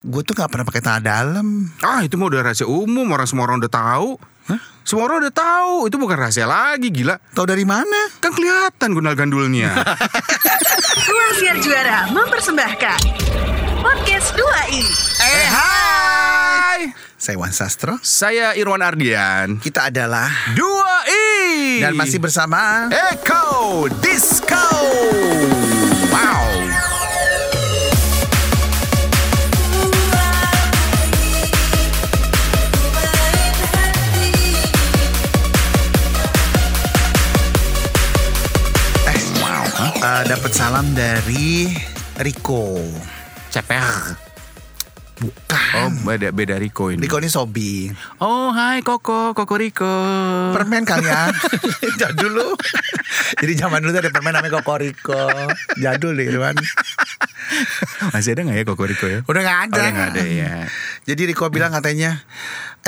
Gue tuh gak pernah pakai celana dalam. Ah itu mah udah rahasia umum orang semua orang udah tahu. Hah? Semua orang udah tahu itu bukan rahasia lagi gila. Tahu dari mana? Kan kelihatan gundal gandulnya. Ruang Siar Juara mempersembahkan Podcast 2i eh hai. Saya Wan Sastro. Saya Irwan Ardian. Kita adalah Dua i. dan masih bersama Eko Disco. Wow. eh, eh, dapat salam dari Rico. Ceper. Bukan. Oh beda beda Riko ini. Rico ini sobi. Oh hai Koko Koko Riko. Permen kali ya. Jadul lu. Jadi zaman dulu tuh ada permen namanya Kokoriko. Jadul deh, Irwan. Masih ada nggak ya Koko Riko ya? Udah gak ada. Oh, udah nggak ada ya. Jadi Rico bilang katanya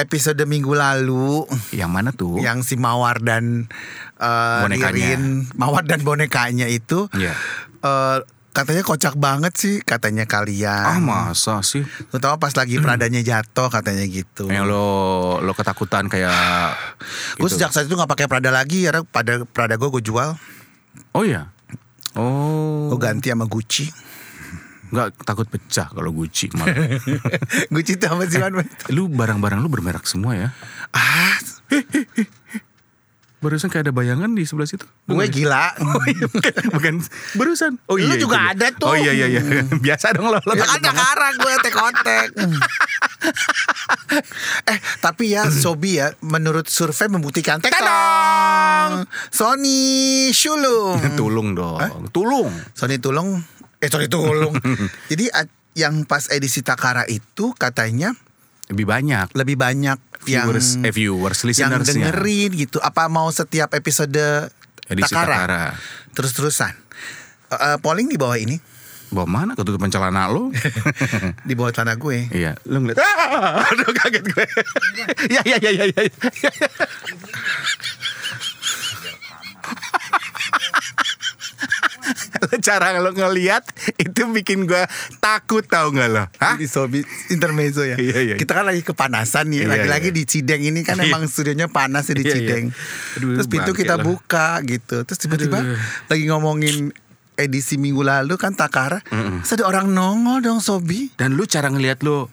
episode minggu lalu Yang mana tuh? yang si Mawar dan eh, Bonekanya. Ririn, Mawar dan bonekanya itu Iya. eh, katanya kocak banget sih katanya Ah kalian. masa sih? Terutama pas lagi peradanya jatuh katanya gitu. Yang lo lo ketakutan kayak Gue gitu. sejak saat itu nggak pakai Prada lagi ya, pada Prada gue gue jual, Oh iya. Oh. gue ganti sama Gucci. Enggak takut pecah kalau Gucci malah. Gucci itu apa sih Wan? lu barang-barang lu bermerek semua ya. Ah, Barusan kayak ada bayangan di sebelah situ. Lu gue nggak- gila. Oh, bukan, bukan. Barusan. Oh Lu itu juga ada dia. tuh. Oh iya iya iya. Biasa dong lo. lo Ya takut kan Jakarta gue tekotek. Hmm. eh tapi ya Sobi ya menurut survei membuktikan tekong Sony Shulung banget. Tulung dong. Tulung. Sony Hmm. Tulung eh Sony Tulung jadi at- yang pas edisi Takara itu katanya Lebih banyak lebih banyak yang viewers, eh, viewers yang listeners dengerin gitu apa mau setiap episode Edisi Takara, Takara. terus-terusan Eh, eh, polling di bawah ini Bawa mana ketutupan celana lo? di bawah tanah gue Iya, lu ngeliat. Ah! Aduh kaget gue. Ya ya ya ya ya. Cara lo ngeliat itu bikin gue takut tau nggak lo? Hah? Di Sobi intermezzo ya. Iya, iya. Kita kan lagi kepanasan ya. Iya, Lagi-lagi iya. di Cideng ini kan Iya. emang studionya panas ya di Iya, iya. Cideng. Aduh, Terus pintu bangke kita lah. buka gitu. Terus tiba-tiba Aduh. lagi ngomongin edisi minggu lalu kan Takara. Terus ada orang nongol dong Sobi. Dan lu cara ngeliat lo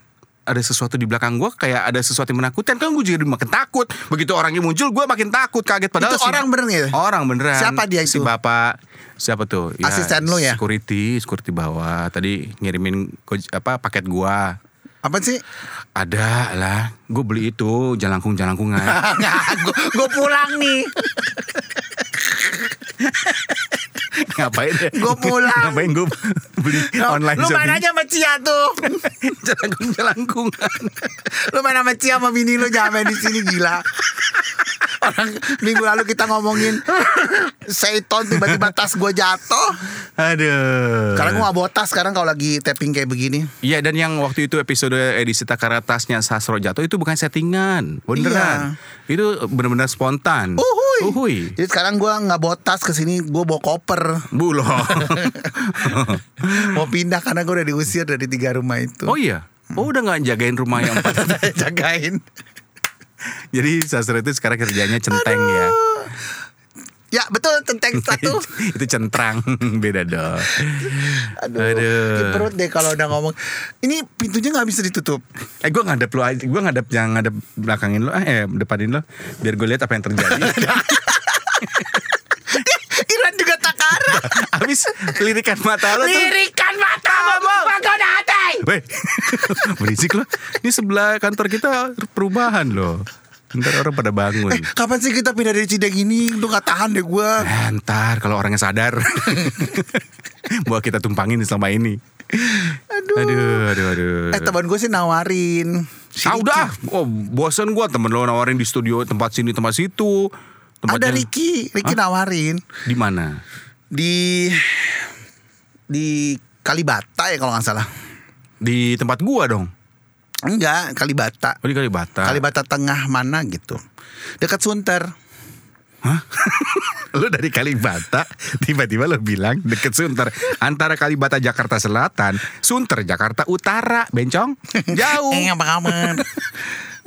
ada sesuatu di belakang gue kayak ada sesuatu yang menakutkan kan gue jadi makin takut begitu orangnya muncul gue makin takut kaget padahal Itu orang bener nggak ya? orang beneran Siapa dia si itu? bapak siapa tuh Asisten lu ya? security security bawah tadi ngirimin ko- apa paket gua Apa sih? Ada lah, gue beli itu jalangkung jalangkungan. gue pulang nih. ngapain? ya? Gua pulang. ngapain gue beli online Lu shopping? main aja sama Cia tuh. jalangkung jalangkungan. lu main sama Cia sama bini lu jangan main di sini gila. Orang minggu lalu kita ngomongin Seiton tiba-tiba tas gue jatuh. Aduh. Karena gue gak bawa tas sekarang kalau lagi tapping kayak begini. Iya dan yang waktu itu episode edisi Takara tasnya Sasro jatuh itu bukan settingan, beneran. Itu bener-bener spontan. Uhuy. Uhuy. Jadi sekarang gue nggak bawa tas ke sini, gue bawa koper. Buloh. Mau pindah karena gue udah diusir dari tiga rumah itu. oh iya. Oh udah nggak jagain rumah yang empat. Jagain. Jadi Sasro itu sekarang kerjanya centeng ya. Ya betul tenteng satu. itu centrang beda dong. Aduh, Aduh. sakit perut deh kalau udah ngomong. Ini pintunya nggak bisa ditutup. Eh gue ngadep lu aja, gue ngadep yang ngadep belakangin lo, eh depanin lo, biar gue lihat apa yang terjadi. Iran juga takara. Abis lirikan mata lo tuh, Lirikan mata menggoda hati. weh, berisik lo. Ini sebelah kantor kita perubahan lo. Ntar orang pada bangun. Eh, kapan sih kita pindah dari Cideng ini? Lu gak tahan deh gue. Eh, ntar kalau orangnya sadar, bahwa kita tumpangin selama ini. Aduh. Aduh, aduh, aduh. Eh, teman gue sih nawarin. Si Ah Ricky. udah, oh, bosen gue temen lo nawarin di studio tempat sini tempat situ. Tempat Ada yang- Ricky, Ricky nawarin. Di mana? di di Kalibata ya kalau nggak salah. Di tempat gua dong. Enggak, Kalibata. Oh di Kalibata. Kalibata tengah mana gitu. Dekat Sunter. Hah? Lu dari Kalibata tiba-tiba lu bilang deket Sunter. Antara Kalibata Jakarta Selatan, Sunter Jakarta Utara, bencong. Jauh. Eh apa kabar?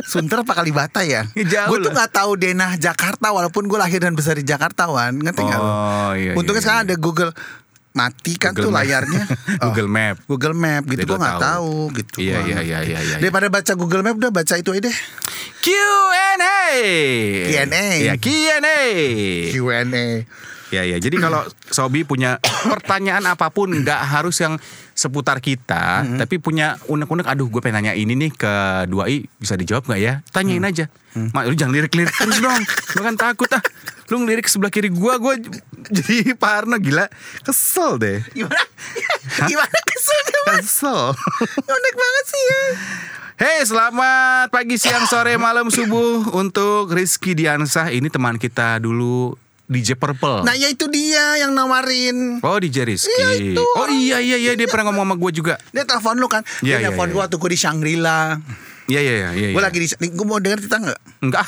Sunter apa Kalibata ya? Ya, jauh Gue tuh lah. nggak tahu denah Jakarta walaupun gue lahir dan besar di Jakarta wan. Ngerti nggak lo? Oh, iya, Untungnya iya, sekarang ada Google mati kan Google tuh Map. layarnya. Oh. Oh, Google Map. Google Map gitu Jadi gue lo nggak tahu. tahu gitu. Iya, Wan. iya, iya, iya, iya. Daripada baca Google Map udah baca itu aja deh. Q&A. Q&A. Ya Q&A. Iya. Q&A. Ya ya. Jadi kalau Sobi punya pertanyaan apapun nggak harus yang seputar kita, Mm-hmm. tapi punya unek-unek aduh gue pengen nanya ini nih ke 2i bisa dijawab nggak ya? Tanyain Mm. aja. Mak lu jangan lirik-lirik terus dong. Lu kan takut ah. Lu ngelirik sebelah kiri gua gua j- jadi parno gila. Kesel deh. Gimana? Gimana kesannya mas? Kesel. Unik banget sih ya. Hey, selamat pagi, siang, sore, malam, subuh untuk Rizky Diansah. Ini teman kita dulu DJ Purple. Nah ya itu dia yang nawarin. Oh DJ Rizky. Iya, itu. oh iya iya iya dia pernah ngomong sama gue juga. Dia telepon lu kan? Dia Iya, iya, telepon iya. gue waktu gue di Shangri-La. Iya iya iya. iya. Gue lagi di Gue mau denger cerita nggak? enggak.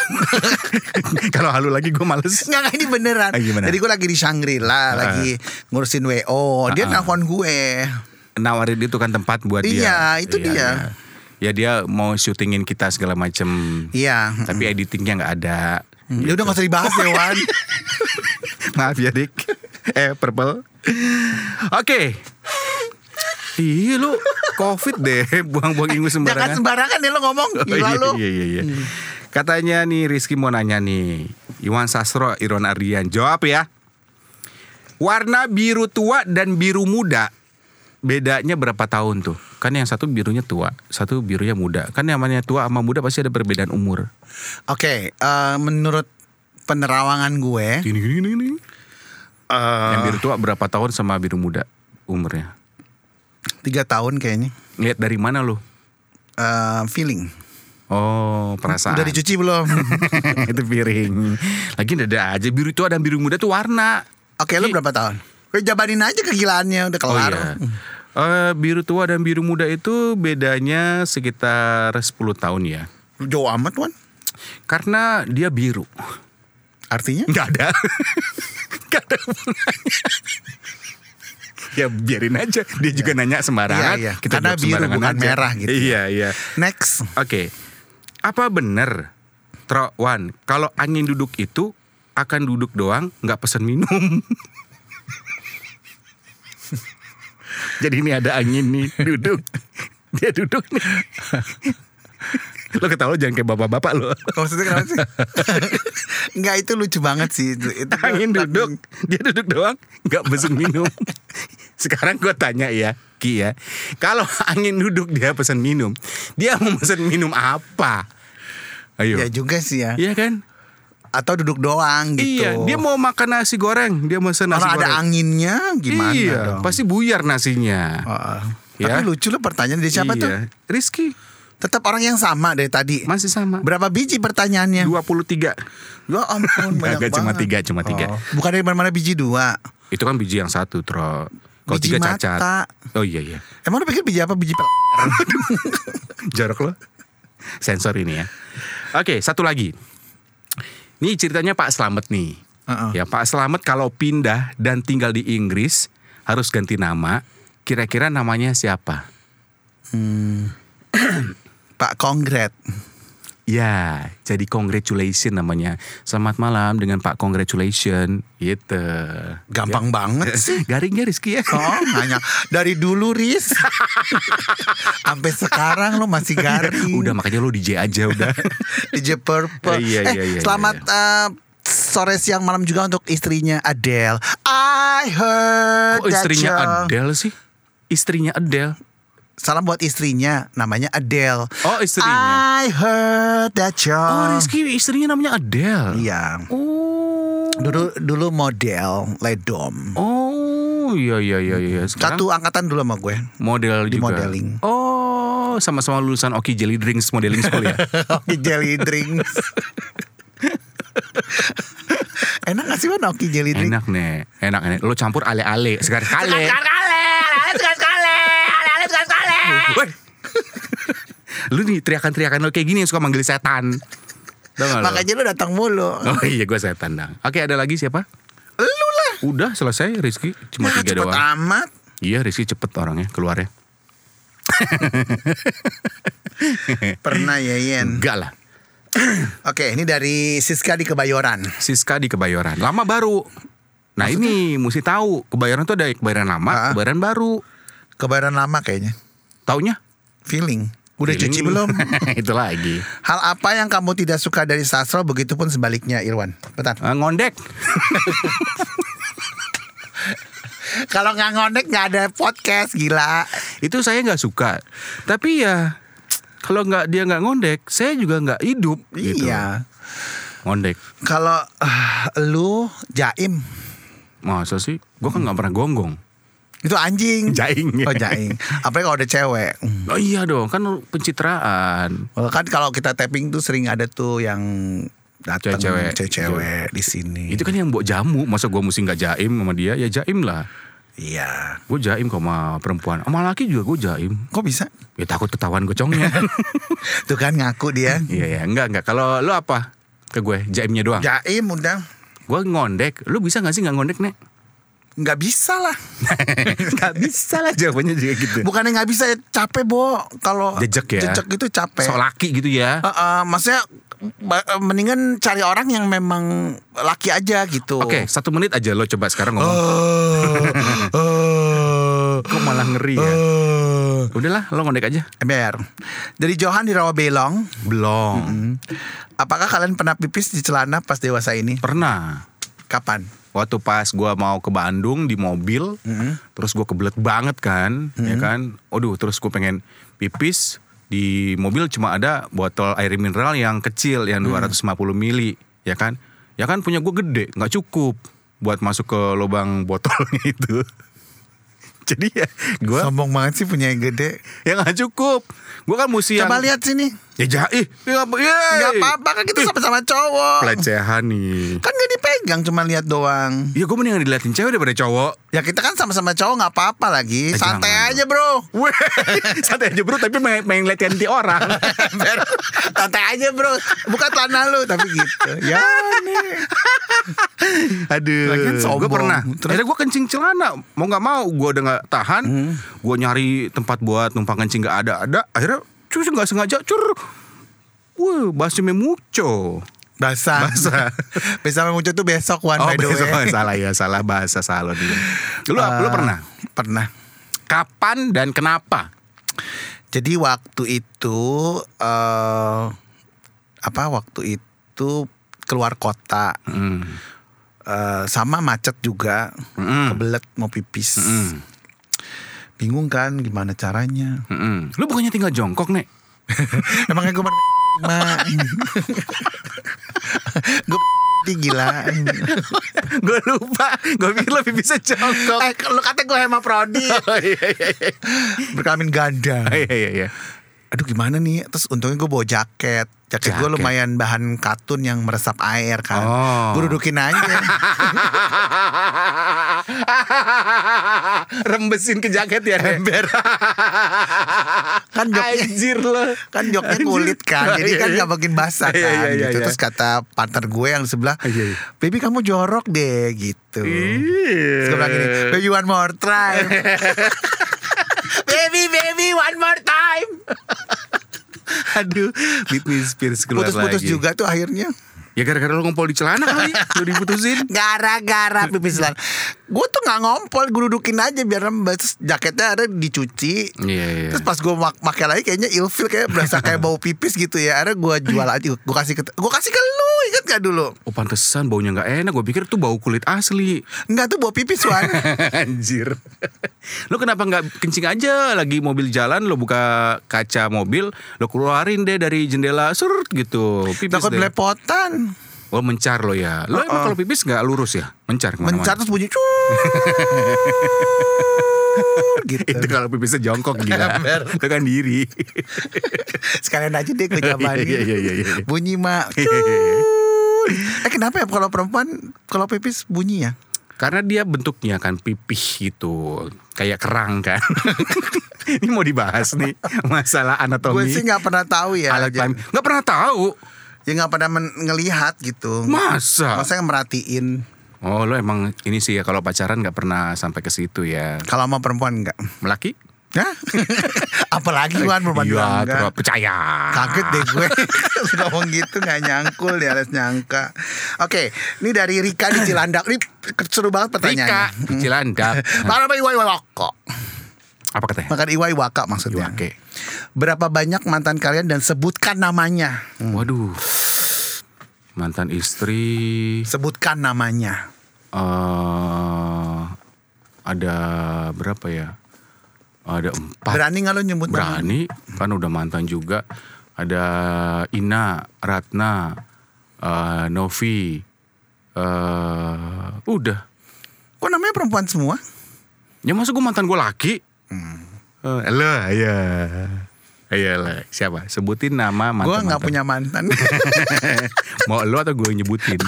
Kalau halu lagi gue males. Enggak, enggak, ini beneran. Ah, gimana? Jadi gue lagi di Shangri-La, lagi ngurusin WO. Dia Ah, ah. nelfon gue. Nawarin itu kan tempat buat dia. Iya, itu dia. Ya dia mau syutingin kita segala macem. Iya. Tapi editingnya nggak ada. Ya udah gak usah dibahas ya Wan Maaf ya dik. Eh purple. Oke. Ih lu covid deh buang-buang ingus Jangan sembarangan. sembarangan ya lo ngomong Oh, Gila lo Iya, iya, iya. Katanya nih Rizky mau nanya nih. Iwan Sastro, Iron Ardian. Jawab ya. Warna biru tua dan biru muda. Bedanya berapa tahun tuh? Kan yang satu birunya tua, satu birunya muda. Kan yang namanya tua sama muda pasti ada perbedaan umur. Oke eh, Menurut penerawangan gue Gini gini gini. gini. Ah. Yang biru tua berapa tahun sama biru muda umurnya? Tiga tahun kayaknya Lihat dari mana lu? Eh, Feeling Oh, perasaan. Udah dicuci belum? itu piring. Lagi dada aja biru tua dan biru muda tuh warna. Oke lo berapa tahun? Gue jabarin aja kegilaannya udah Oh, iya. kelar Eh, biru tua dan biru muda itu bedanya sekitar 10 tahun ya. Jauh amat Wan Karena dia biru. Artinya? Nggak ada. Nggak ada hubungannya. ya biarin aja. Dia juga nanya sembarangan. Iya, iya. Kita Karena jawab biru sembarangan bukan aja. merah gitu. Iya, iya. Next Oke. Apa bener Trowan, kalau angin duduk itu akan duduk doang, nggak pesen minum. Jadi ini ada angin nih, duduk. Dia duduk nih. lo ketawa jangan kayak bapak-bapak lo. Maksudnya kenapa sih? Enggak itu lucu banget sih itu, itu gua- Angin duduk, dia duduk doang, nggak pesen minum. Sekarang gue tanya ya, Ki ya. Kalau angin duduk dia pesen minum, dia mau pesen minum apa? Ayo. Ya juga sih ya Iya kan? Atau duduk doang gitu Iya, dia mau makan nasi goreng, dia mesen nasi Kalau ada goreng. anginnya gimana iya, dong? pasti buyar nasinya. Heeh. Ya. Tapi lucu loh pertanyaan dari siapa iya. tuh? Rizky Tetap orang yang sama dari tadi. masih sama. Berapa biji pertanyaannya? 23. Ya ampun banyak Agak banget. cuma tiga, cuma tiga. Oh. Bukan dari mana-mana biji dua. Itu kan biji yang satu, Tro. Kalau Biji tiga cacat. mata. Oh iya iya. Emang lu pikir biji apa? Biji pel. Jorok lo. Sensor ini ya. Oke, satu lagi. Ini ceritanya Pak Slamet nih. Heeh. Ya Pak Slamet kalau pindah dan tinggal di Inggris harus ganti nama. Kira-kira namanya siapa? Pak Kongret. Ya, jadi congratulation namanya. Selamat malam dengan Pak Congratulation. Gitu. Iya. Gampang banget sih. Garingnya Rizky ya. Oh, hanya dari dulu Riz. Sampai sekarang lu masih garing. Iya, Udah makanya lo DJ aja udah. DJ Purple. Iya, eh, iya, iya, selamat eh, sore siang malam juga untuk istrinya Adele. I heard Kok Oh, istrinya that you're- Adele sih? Istrinya Adele. Salam buat istrinya, namanya Adele. Oh, istrinya. I heard that you're. Oh, Rizky istrinya namanya Ah. Adele. Iya. Oh. Dulu dulu model ledom. Oh, iya iya iya iya. Sekarang Satu angkatan dulu sama gue. model di juga. modeling. Oh, sama-sama lulusan Oki Jelly Drinks modeling school ya. Oki jelly drinks. Enak gak sih Wan Oki jelly drink? enak nih, enak nih. Lo campur ale-ale sekali-sekali. Woi. lu nih teriakan-teriakan lo kayak gini yang suka manggil setan. Tau nggak lo? Makanya lu datang mulu. Oh iya gue saya tandang. Oke ada lagi siapa? Lu lah. Udah selesai Rizky cuma Nah, tiga cepet doang. amat. Iya Rizky cepet orangnya keluarnya. Pernah ya, Yen. Enggak lah. Oke, ini dari Siska di Kebayoran. Siska di Kebayoran. Lama baru. Nah ini mesti tahu Kebayoran tuh ada Kebayoran lama, Ah. Kebayoran baru. Kebayoran lama kayaknya. Taunya? Feeling. Udah Feeling cuci lu. belum? Itu lagi. Hal apa yang kamu tidak suka dari sastra begitupun sebaliknya Irwan. Bentar. Eh, ngondek. Kalau nggak ngonek nggak ada podcast gila. Itu saya nggak suka. Tapi ya kalau nggak dia nggak ngondek, saya juga nggak hidup. gitu. Iya. Ngondek. Kalau ah, lu jaim Masa sih? Gue kan nggak pernah gonggong. itu anjing. Jaing. Oh jaing. Apalagi kalau ada cewek. Hmm. Oh iya dong, kan pencitraan. Well, Kan kalau kita tapping tuh sering ada tuh yang datang Cewek-cewek. cewek-cewek di sini. Itu kan yang buat jamu. Masa gue mesti nggak jaim sama dia? Ya jaim lah. Iya. Gue jaim kok sama perempuan. Sama laki juga gue jaim. Kok bisa? Ya takut ketahuan gocongnya. Tuh kan ngaku dia. Iya ya, enggak enggak. Kalau lu apa? Ke gue jaimnya doang. Jaim udah Gue ngondek. Lu bisa gak sih nggak ngondek, Nek? nggak bisa lah. Gak bisa lah jawabannya juga gitu. Bukannya nggak bisa ya, capek bo kalau Jejek ya. jejek itu capek. Sok laki gitu ya. Eh, eh, maksudnya ba- eh, mendingan cari orang yang memang laki aja gitu. Eh, Oke, satu menit aja lo coba sekarang ngomong. Kok malah ngeri ya? Udahlah, lo ngondek aja. MR. eh. Dari Johan di Rawabelong, Belum. Hmm. apakah kalian pernah pipis di celana pas dewasa ini? Pernah. Kapan? Waktu pas gua mau ke Bandung di mobil, terus gua kebelet banget kan, ya kan? Aduh, terus gue pengen pipis di mobil cuma ada botol air mineral yang kecil yang 250 mili, ya kan? Ya kan punya gua gede, nggak cukup buat masuk ke lubang botolnya itu. Jadi ya gue Sombong banget sih punya yang gede. ya nggak cukup. Gue kan mesti yang Coba lihat sini. Ya ja- ih, ya apa? yeay. Gak apa-apa kan gitu. kita sama-sama cowok. Pelecehan nih. Kan gak dipegang cuma lihat doang. Ya gue mendingan diliatin cewek daripada cowok. Ya kita kan sama-sama cowok nggak apa-apa lagi. Eh, Santai jangan. aja bro. Weh, santai aja bro, tapi main, main latihan di orang. Ber- Santai aja bro. Buka celana lu tapi gitu. Ya nih. Aduh, Lagian gue sombong. pernah. Terus? Akhirnya gue kencing celana, mau nggak mau, gue udah nggak tahan. Gue nyari tempat buat numpang kencing nggak ada-ada. Akhirnya, cus nggak sengaja, cur. Wah, bahasnya memuco. Basah. Basah. Oh, Besok muncul tuh besok one by the way. besok. salah ya, salah bahasa salah dia. Lu, lu Eh, pernah? Pernah. Kapan dan kenapa? Jadi waktu itu eh apa waktu itu keluar kota Hmm. eh, sama macet juga Mm-mm. kebelet mau pipis Mm-mm. bingung kan gimana caranya Mm-mm. Lu bukannya tinggal jongkok nek? emangnya gue mak gue gila gue lupa, gue pikir lebih bisa jongkok. eh, lu kata gue hemaprodi Oh, iya, iya, iya. berkelamin ganda Oh, iya, iya, iya. aduh gimana nih terus untungnya gue bawa jaket jaket, gue Jaket. lumayan bahan katun yang meresap air kan Oh. gue dudukin aja Rembesin ke jaket ya Ember kan joknya Anjir lo kan joknya kulit kan jadi kan nggak makin basah kan Iya, iya, iya, gitu iya. terus kata partner gue yang di sebelah Iya, iya. baby kamu jorok deh gitu terus gue bilang gini Iya. baby one more time baby baby one more time Aduh Britney Spears keluar putus-putus lagi juga tuh akhirnya Ya gara-gara lo ngumpul di celana kali Lo diputusin gara-gara pipis lan gue tuh nggak ngompol gue dudukin aja biar rembes Terus jaketnya ada dicuci Iya iya Terus pas gue mak makai lagi kayaknya ilfil kayak berasa kayak bau pipis gitu ya. Akhirnya gue jual aja, gue kasih ke gue kasih ke lu ingat gak dulu? Oh pantesan baunya gak enak Gue pikir tuh bau kulit asli Enggak tuh bau pipis Wan. Anjir Lo kenapa gak kencing aja Lagi mobil jalan Lo buka kaca mobil Lo keluarin deh dari jendela Surut gitu Pipis Takut deh. belepotan. Oh mencar lo ya. Lo emang kalau pipis nggak lurus ya? Mencar kemana-mana. Mencar terus bunyi cuy. gitu. Itu kalau pipisnya jongkok gila. Itu kan diri. Sekalian aja deh gue jabanin. Iya, iya, iya, iya. Bunyi mak. Cuy. Eh kenapa ya kalau perempuan kalau pipis bunyi ya? Karena dia bentuknya kan pipih gitu. Kayak kerang kan. Ini mau dibahas nih masalah anatomi. Gue sih nggak pernah tahu ya. alat Jan. kelamin. Nggak pernah tahu. ya nggak pada men- ngelihat gitu Masa? masa yang merhatiin Oh lo emang ini sih ya kalau pacaran nggak pernah sampai ke situ ya. kalau sama perempuan enggak Melaki? Hah? apalagi kan perempuan Iya, bilang terus enggak percaya. kaget Ah. deh gue ngomong gitu nggak nyangkul di atas nyangka oke ini dari Rika di Cilandak ini seru banget Rika, pertanyaannya Hmm. Cilandak. Makan apa iwai wako? Apa katanya? Makan iwai waka maksudnya. Iwake. Berapa banyak mantan kalian dan sebutkan namanya? Waduh. Mantan istri. Sebutkan namanya. eh ada berapa ya? Ada empat. Berani nggak lo nyebut nama? Berani, kan udah mantan juga. Ada Ina, Ratna, eh, Novi. eh udah. Kok namanya perempuan semua? Ya masa gue mantan gue laki? Hmm. Eh, lo, ya. Ayolah, siapa? Sebutin nama mantan. Gue nggak punya mantan. Mau lo atau gue nyebutin?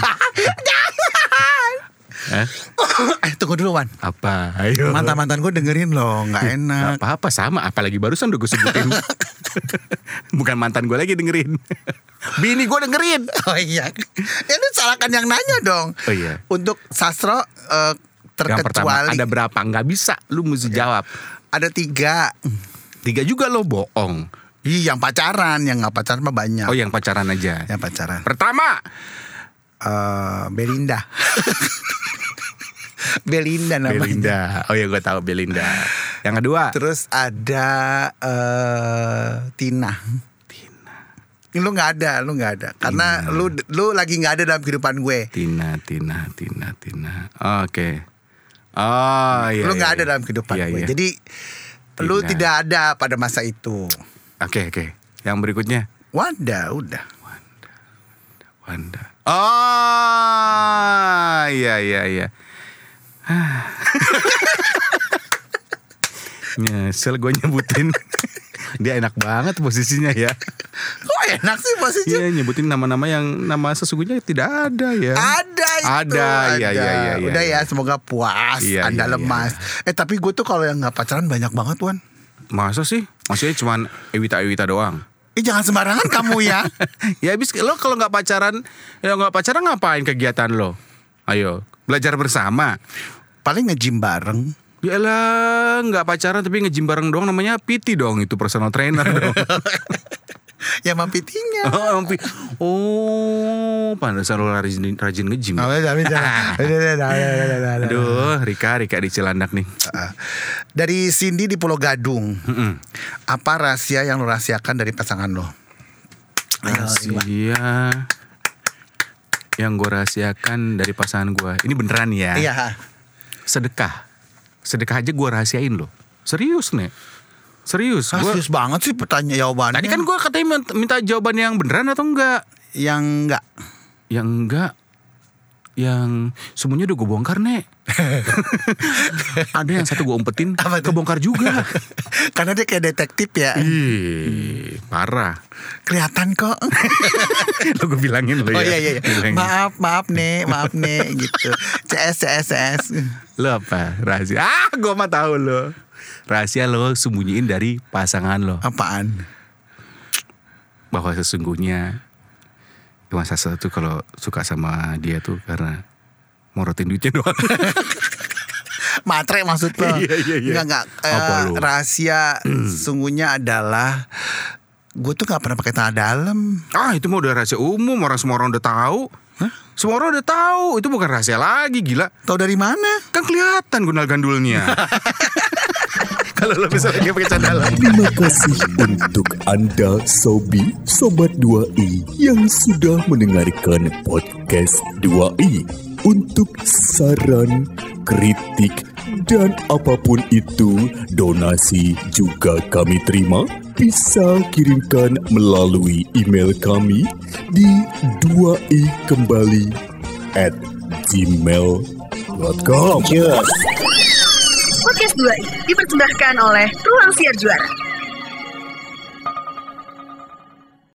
Eh, eh tunggu dulu Wan. apa? Ayo. Mantan-mantan gue dengerin loh, nggak enak. Nggak apa-apa sama apalagi barusan udah gue sebutin bukan mantan gue lagi dengerin bini gue dengerin Oh iya. Ya lu salahkan yang nanya dong. Oh iya. Untuk sastro eh, yang pertama terkecuali Iya. ada ada, berapa nggak bisa lu mesti jawab tiga. tiga juga lo bohong Ih, yang pacaran, yang nggak pacaran mah banyak. oh yang pacaran aja Yang pacaran. pertama eh Belinda. Belinda namanya. Belinda oh ya gue tahu Belinda yang kedua Terus ada eh Tina. Tina. Lu nggak ada, lu nggak ada. Karena lu lu lagi nggak ada dalam kehidupan gue. Tina Tina Tina Tina oke oh iya lu nggak iya, ada iya. dalam kehidupan Iya, gue. iya. Jadi lu Tina. tidak ada pada masa itu. oke oke yang berikutnya Wanda udah. Wanda. Oh, iya iya iya. Ah. Nyesel gue nyebutin. Dia enak banget posisinya ya. Kok enak sih posisinya? Iya nyebutin nama-nama yang nama sesungguhnya tidak ada ya. Ada itu. Ada, iya, iya, iya, iya, Udah iya. ya, semoga puas. Iya, Anda iya, iya. lemas. Eh tapi gue tuh kalau yang nggak pacaran banyak banget, Wan. Masa sih? Maksudnya cuman Ewita-Ewita doang. Eh jangan sembarangan kamu ya. ya habis lo kalau nggak pacaran, ya nggak pacaran ngapain kegiatan lo? Ayo, belajar bersama. Paling nge-gym bareng. Ya lah, nggak pacaran tapi ngejim bareng doang namanya PT dong itu personal trainer dong. ya mampitinya. oh, ampi- oh, pantesan lo rajin, rajin ngejim. Oh, ya? iya. Aduh, Rika, Rika di Cilandak nih. Dari Cindy di Pulau Gadung. Apa rahasia yang lo rahasiakan dari pasangan lo? Rahasia yang gue rahasiakan dari pasangan gue. Ini beneran ya? Iya. Sedekah, sedekah aja gue rahasiain loh. Serius nih, serius. Ah, Gua, Serius banget sih pertanyaan jawabannya. tadi kan gue katanya minta- minta jawaban yang beneran atau enggak? yang enggak. yang enggak yang semuanya udah gue bongkar nek ada yang satu gue umpetin Apa tuh? kebongkar juga Karena dia kayak detektif ya. ih parah Kelihatan kok. Oh, lo gue bilangin lo ya Oh iya iya. iya. Bilangin. Maaf, maaf nih, maaf nih gitu. CS CS CS. lo apa rahasia ah gue mah tahu lo rahasia lo sembunyiin dari pasangan lo Apaan? bahwa sesungguhnya cuma salah satu kalau suka sama dia tuh karena morotin duitnya doang Matre maksud lo? Iya, iya, iya. Enggak enggak. Eh, Apa lu? Hmm. rahasia sungguhnya adalah gue tuh nggak pernah pakai tanah dalam. Ah itu mah udah rahasia umum orang semua orang udah tahu. Semua orang udah tahu itu bukan rahasia lagi gila. Tahu dari mana? Kan kelihatan gunal gandulnya. Kalau lo bisa dia pakai dalam. Terima kasih untuk Anda Sobi Sobat 2i yang sudah mendengarkan podcast 2i. Untuk saran, kritik, dan apapun itu, donasi juga kami terima. Bisa kirimkan melalui email kami di 2i kembali at gmail.com. Podcast 2 dipersembahkan oleh Ruang Siar Juara.